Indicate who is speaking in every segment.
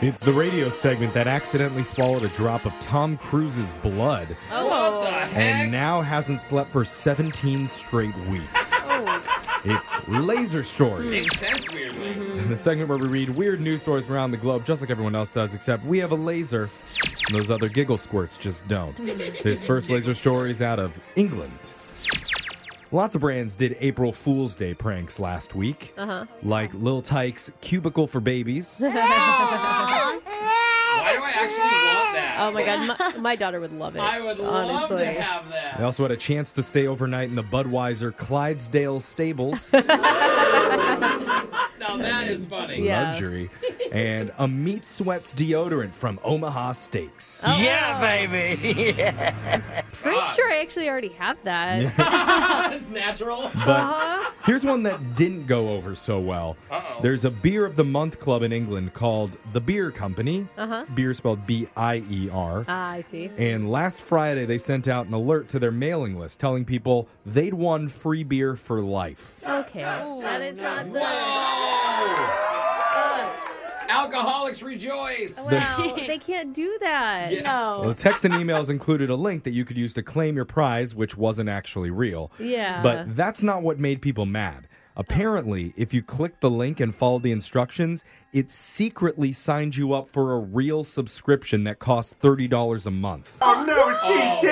Speaker 1: It's the radio segment that accidentally swallowed a drop of Tom Cruise's blood
Speaker 2: What the
Speaker 1: and now hasn't slept for 17 straight weeks. It's Laser Stories,
Speaker 2: Oh. Makes sense weirdly.
Speaker 1: the segment where we read weird news stories from around the globe, just like everyone else does, except we have a laser, and those other giggle squirts just don't. This first laser story is out of England. Lots of brands did April Fool's Day pranks last week, uh-huh. like Lil Tyke's Cubicle for Babies.
Speaker 2: Why do I actually want that?
Speaker 3: Oh my god, my, my daughter would love it.
Speaker 2: I would love
Speaker 3: honestly.
Speaker 2: to have that.
Speaker 1: They also had a chance to stay overnight in the Budweiser Clydesdale stables.
Speaker 2: Now that is funny.
Speaker 3: Yeah.
Speaker 1: luxury and a meat sweats deodorant from Omaha Steaks.
Speaker 3: Oh,
Speaker 4: Yeah, baby.
Speaker 3: Pretty sure I actually already have that.
Speaker 2: it's natural.
Speaker 3: uh-huh.
Speaker 1: But here's one that didn't go over so well.
Speaker 2: Uh-oh.
Speaker 1: There's a beer of the month club in England called the Beer Company.
Speaker 3: Uh-huh.
Speaker 1: It's Beer spelled B I E R.
Speaker 3: Ah, I see.
Speaker 1: And last Friday, they sent out an alert to their mailing list telling people they'd won free beer for life.
Speaker 3: Okay. that is not the.
Speaker 2: Whoa! Alcoholics rejoice.
Speaker 3: Wow, they can't do that.
Speaker 2: Yeah.
Speaker 3: Oh.
Speaker 1: Well, the text and emails included a link that you could use to claim your prize, which wasn't actually real.
Speaker 3: Yeah.
Speaker 1: But that's not what made people mad. Apparently, if you clicked the link and followed the instructions, it secretly signed you up for a real subscription that cost $30 a month.
Speaker 2: oh, bro, that's fraud.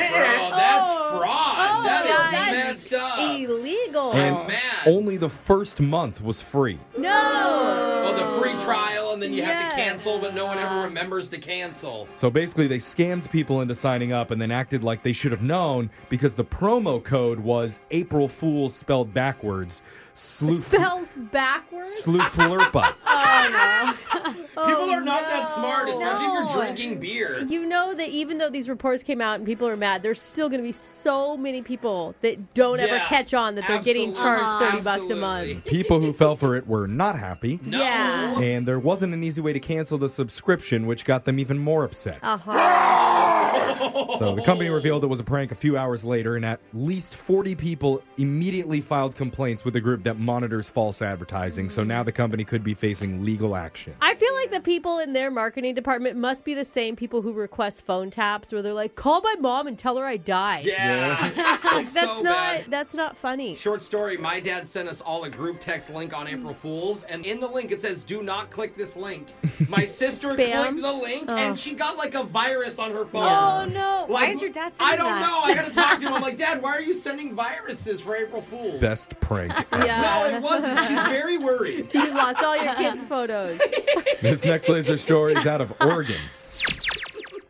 Speaker 2: Oh That is
Speaker 3: Oh. That's
Speaker 2: messed up.
Speaker 3: illegal.
Speaker 1: And
Speaker 2: mad.
Speaker 1: only the first month was free.
Speaker 3: no.
Speaker 2: Oh, the free trial, and then you have to
Speaker 3: Yeah.
Speaker 2: cancel, but no one ever remembers to cancel.
Speaker 1: So basically, they scammed people into signing up and then acted like they should have known because the promo code was April Fool's spelled backwards. Sleuth.
Speaker 3: Spells backwards.
Speaker 1: Sleuth Flurpa.
Speaker 2: People are not that smart, especially if
Speaker 3: Oh, No.
Speaker 2: you're drinking beer.
Speaker 3: You know that even though these reports came out and people are mad, there's still going to be so many people that don't ever
Speaker 2: Yeah.
Speaker 3: catch on that they're getting
Speaker 2: Absolutely.
Speaker 3: charged 30 bucks a
Speaker 2: Absolutely.
Speaker 3: month.
Speaker 1: People who fell for it were not happy.
Speaker 2: No.
Speaker 3: Yeah.
Speaker 1: And there wasn't an easy way to cancel the subscription, which got them even more upset.
Speaker 3: Uh-huh.
Speaker 1: So the company revealed it was a prank a few hours later, and at least 40 people immediately filed complaints with the group that monitors false advertising. So now the company could be facing legal action.
Speaker 3: I feel like the people in their marketing department must be the same people who request phone taps where they're like, call my mom and tell her I died.
Speaker 2: Yeah. It's
Speaker 3: That's
Speaker 2: so
Speaker 3: not
Speaker 2: bad.
Speaker 3: that's not funny.
Speaker 2: Short story, my dad sent us all a group text link on April
Speaker 5: Mm.
Speaker 2: Fools, and in the link it says, do not click this link. My sister
Speaker 3: Spam?
Speaker 2: clicked the link, and she got like a virus on her phone.
Speaker 5: Oh no! Why
Speaker 2: Like,
Speaker 5: is your dad saying
Speaker 2: I don't
Speaker 5: that?
Speaker 2: know. I gotta talk to him. I'm like, Dad, why are you sending viruses for April Fools?
Speaker 1: Best prank.
Speaker 2: No,
Speaker 3: Yeah.
Speaker 2: it wasn't. She's very worried.
Speaker 3: You lost all your kids' photos.
Speaker 1: this next laser story is out of Oregon.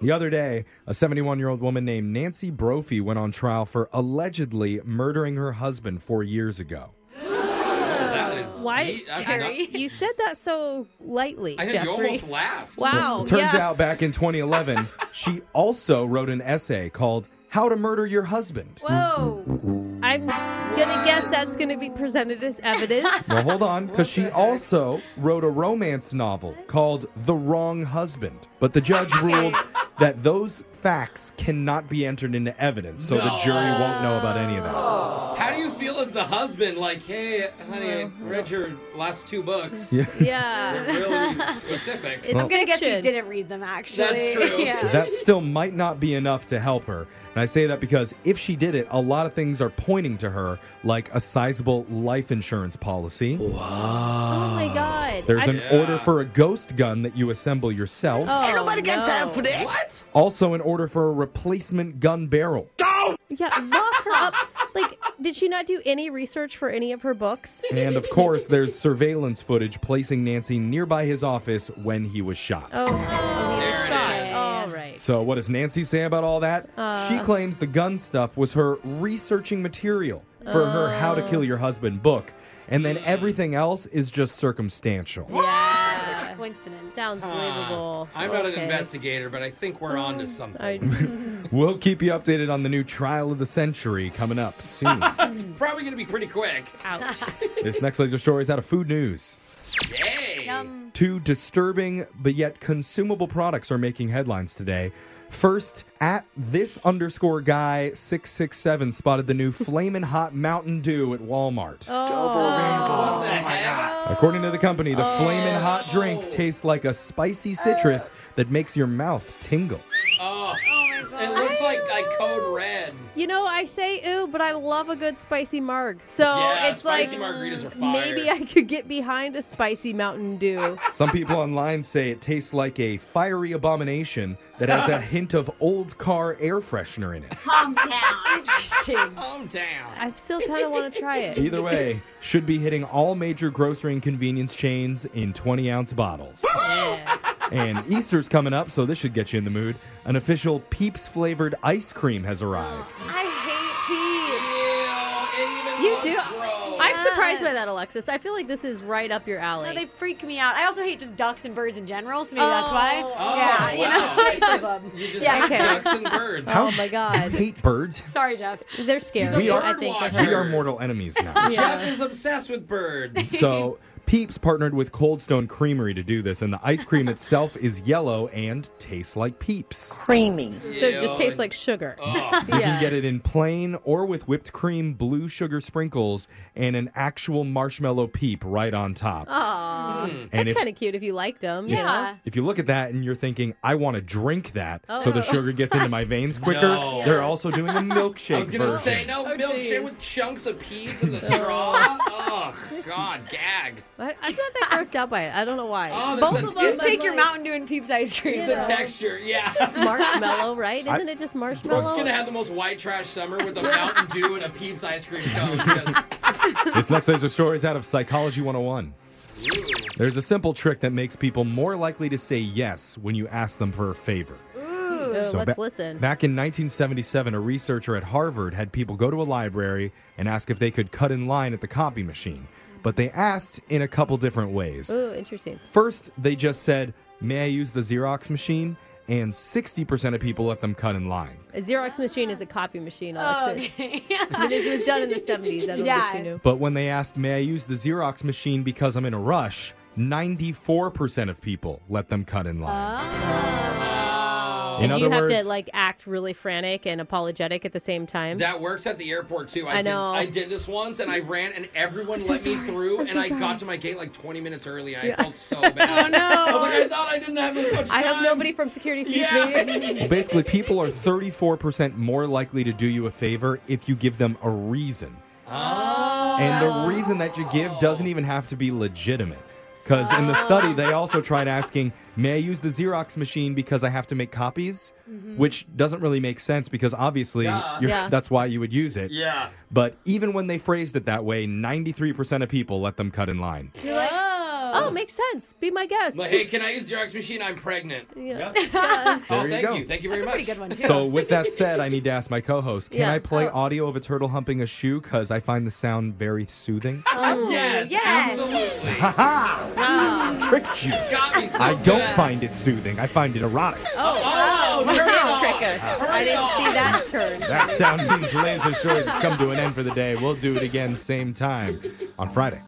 Speaker 1: The other day, a 71 year old woman named Nancy Brophy went on trial for allegedly murdering her husband four years ago.
Speaker 5: Uh,
Speaker 2: That is
Speaker 3: Why?
Speaker 2: deep. That's
Speaker 5: Scary.
Speaker 2: not-
Speaker 3: You said that so lightly,
Speaker 2: I think you
Speaker 3: Jeffrey.
Speaker 2: almost laughed.
Speaker 3: Wow.
Speaker 1: Turns
Speaker 3: Oh, yeah.
Speaker 1: out back in 2011, she also wrote an essay called How to Murder Your Husband.
Speaker 5: Whoa!
Speaker 3: I'm gonna guess that's gonna be presented as evidence.
Speaker 1: Well, hold on, because she also wrote a romance novel called The Wrong Husband. But the judge ruled that those facts cannot be entered into evidence, so the
Speaker 2: No.
Speaker 1: jury won't know about any of that.
Speaker 2: How do you feel as the husband? Like, hey, honey, I read your last two books.
Speaker 1: Yeah.
Speaker 3: yeah.
Speaker 2: Really specific.
Speaker 3: It's
Speaker 5: I'm gonna guess you
Speaker 3: fiction.
Speaker 5: didn't read them actually.
Speaker 2: That's true.
Speaker 5: Yeah.
Speaker 1: That still might not be enough to help her. And I say that because if she did it, a lot of things are pointing to her, like a sizable life insurance policy.
Speaker 3: Oh my god.
Speaker 1: uh, There's
Speaker 3: I-
Speaker 1: an
Speaker 2: Yeah.
Speaker 1: order for a ghost gun that you assemble yourself.
Speaker 3: Oh, no.
Speaker 2: What?
Speaker 1: Also, an order for a replacement gun barrel.
Speaker 3: Yeah, lock her up. Like, did she not do any research for any of her books?
Speaker 1: And of course, there's surveillance footage placing Nancy nearby his office when he was shot.
Speaker 3: Oh, oh he
Speaker 2: There
Speaker 3: was
Speaker 2: it
Speaker 3: shot.
Speaker 2: is.
Speaker 3: All right.
Speaker 1: So, what does Nancy say about all that? she claims the gun stuff was her researching material for her How to Kill Your Husband book, and then everything else is just circumstantial.
Speaker 3: yeah.
Speaker 5: Coincidence.
Speaker 3: Sounds believable.
Speaker 2: Ah, I'm not an
Speaker 3: Okay.
Speaker 2: investigator, but I think we're on to something.
Speaker 3: I-
Speaker 1: We'll keep you updated on the new trial of the century coming up soon.
Speaker 2: It's probably going to be pretty quick.
Speaker 3: ouch.
Speaker 1: this next laser story is out of food news.
Speaker 2: Yay!
Speaker 5: Um,
Speaker 1: Two disturbing but yet consumable products are making headlines today. First, at this underscore guy 667 spotted the new flamin' hot Mountain Dew at Walmart.
Speaker 2: What the heck?
Speaker 1: According to the company, the
Speaker 3: Oh.
Speaker 1: flamin' hot drink tastes like a spicy
Speaker 3: Uh.
Speaker 1: citrus that makes your mouth tingle.
Speaker 2: Oh,
Speaker 5: Oh my
Speaker 2: it
Speaker 5: god.
Speaker 2: looks like I code red.
Speaker 3: You know, I say ooh, but I love a good spicy marg. So
Speaker 2: yeah,
Speaker 3: it's like
Speaker 2: spicy margaritas are fire.
Speaker 3: maybe I could get behind a spicy Mountain Dew.
Speaker 1: Some people online say it tastes like a fiery abomination that has a hint of old car air freshener in it.
Speaker 4: Calm down.
Speaker 5: Interesting.
Speaker 2: Calm down.
Speaker 3: I still kind of want to try it.
Speaker 1: Either way, should be hitting all major grocery and convenience chains in 20 ounce bottles.
Speaker 3: Yeah.
Speaker 1: and Easter's coming up, so this should get you in the mood. An official Peeps flavored ice cream has arrived.
Speaker 5: I hate
Speaker 2: Ew, it even
Speaker 3: You
Speaker 2: looks
Speaker 3: do.
Speaker 2: gross.
Speaker 3: I'm surprised by that, Alexis. I feel like this is right up your alley.
Speaker 5: peas. No, they freak me out. I also hate just ducks and birds in general, so maybe that's why.
Speaker 3: Oh.
Speaker 5: yeah,
Speaker 2: wow.
Speaker 5: you know, both of 'em.
Speaker 2: You just
Speaker 5: Yeah.
Speaker 2: like
Speaker 3: Okay.
Speaker 2: ducks and birds.
Speaker 1: How
Speaker 3: oh my
Speaker 1: You
Speaker 3: god,
Speaker 1: hate birds?
Speaker 5: Sorry, Jeff.
Speaker 3: they're scary.
Speaker 1: We are-
Speaker 3: I think. I've
Speaker 1: We
Speaker 3: heard.
Speaker 1: are mortal enemies now.
Speaker 3: Yeah.
Speaker 2: Jeff is obsessed with birds.
Speaker 1: So, Peeps partnered with Cold Stone Creamery to do this, and the ice cream itself is yellow and tastes like Peeps.
Speaker 4: Creamy.
Speaker 3: So it just
Speaker 2: Ew,
Speaker 3: tastes
Speaker 2: and-
Speaker 3: like sugar.
Speaker 2: Ugh.
Speaker 1: You can get it in plain or with whipped cream, blue sugar sprinkles, and an actual marshmallow peep right on top.
Speaker 3: Aw,
Speaker 1: and
Speaker 3: that's
Speaker 1: if,
Speaker 3: kind of cute if you liked them. you know?
Speaker 5: Yeah.
Speaker 1: if you look at that and you're thinking, I want to drink that so the sugar gets into my veins quicker,
Speaker 2: Oh. No.
Speaker 1: they're also doing a milkshake
Speaker 2: I was gonna
Speaker 1: version.
Speaker 2: say no milkshake
Speaker 5: geez.
Speaker 2: with chunks of peas in the straw. oh God, gag.
Speaker 3: I, I'm not that grossed out by it. I don't know why.
Speaker 2: Oh,
Speaker 3: Both
Speaker 2: this
Speaker 3: of
Speaker 2: is-
Speaker 3: them,
Speaker 5: You
Speaker 2: it's
Speaker 3: I'm
Speaker 5: take your
Speaker 3: like,
Speaker 5: Mountain Dew and Peeps ice cream.
Speaker 2: It's a texture, yeah.
Speaker 3: marshmallow, right? Isn't it just marshmallow?
Speaker 2: Brooke's gonna have the most white trash summer with a Mountain Dew and a Peeps ice cream cone. Just,
Speaker 1: This next laser story is out of Psychology 101. There's a simple trick that makes people more likely to say yes when you ask them for a favor.
Speaker 3: Oh,
Speaker 1: So
Speaker 3: let's
Speaker 1: ba-
Speaker 3: listen.
Speaker 1: Back in 1977, a researcher at Harvard had people go to a library and ask if they could cut in line at the copy machine. But they asked in a couple different ways.
Speaker 3: Ooh, interesting.
Speaker 1: First, they just said, May I use the Xerox machine? And 60% of people let them cut in line.
Speaker 3: A Xerox machine is a copy machine,
Speaker 5: Oh,
Speaker 3: Alexis.
Speaker 5: okay.
Speaker 3: I mean, this was done in the 70s. I don't know
Speaker 5: Yeah.
Speaker 3: if you knew.
Speaker 1: But when they asked, May I use the Xerox machine because I'm in a rush? 94% of people let them cut in line.
Speaker 2: oh.
Speaker 1: In
Speaker 3: Ah. and do
Speaker 1: other
Speaker 3: you have
Speaker 1: words,
Speaker 3: to like act really frantic and apologetic at the same time?
Speaker 2: That works at the airport too. I,
Speaker 3: I know.
Speaker 2: Did, I did this once, and I ran, and everyone let me through, and I got to my gate like 20 minutes early, and I felt so bad.
Speaker 5: Oh, no.
Speaker 2: I was like, I thought I didn't have this much
Speaker 3: I
Speaker 2: time.
Speaker 3: hope nobody from security sees
Speaker 2: Yeah.
Speaker 3: me.
Speaker 1: Well, basically, people are 34% more likely to do you a favor if you give them a reason.
Speaker 2: Oh.
Speaker 1: And the reason that you give doesn't even have to be legitimate. Because in the study, they also tried asking, May I use the Xerox machine because I have to make copies? Which doesn't really make sense because obviously
Speaker 2: Duh.
Speaker 1: you're,
Speaker 3: Yeah.
Speaker 1: that's why you would use it.
Speaker 2: Yeah.
Speaker 1: But even when they phrased it that way, 93% of people let them cut in line.
Speaker 3: You're like,
Speaker 5: oh.
Speaker 3: oh, makes sense. Be my guest.
Speaker 2: Like, hey, can I use Xerox machine? I'm pregnant.
Speaker 3: Yeah.
Speaker 2: oh,
Speaker 1: you
Speaker 2: thank
Speaker 1: go.
Speaker 2: you. Thank you very
Speaker 5: That's a
Speaker 2: much.
Speaker 5: pretty good one, too.
Speaker 1: So, with that said, I need to ask my co host can
Speaker 3: Yeah.
Speaker 1: I play
Speaker 3: Oh.
Speaker 1: audio of a turtle humping a shoe? Because I find the sound very soothing.
Speaker 2: Yes,
Speaker 5: Oh, Yes.
Speaker 2: absolutely.
Speaker 1: Tricked you.
Speaker 2: Got me so
Speaker 1: I don't
Speaker 2: bad.
Speaker 1: find it soothing, I find it erotic.
Speaker 2: Oh,
Speaker 3: You
Speaker 2: turn
Speaker 3: did
Speaker 2: it off.
Speaker 3: trick us. I didn't see that turn.
Speaker 1: That sound means Laser Choice has come to an end for the day. We'll do it again, same time on Friday.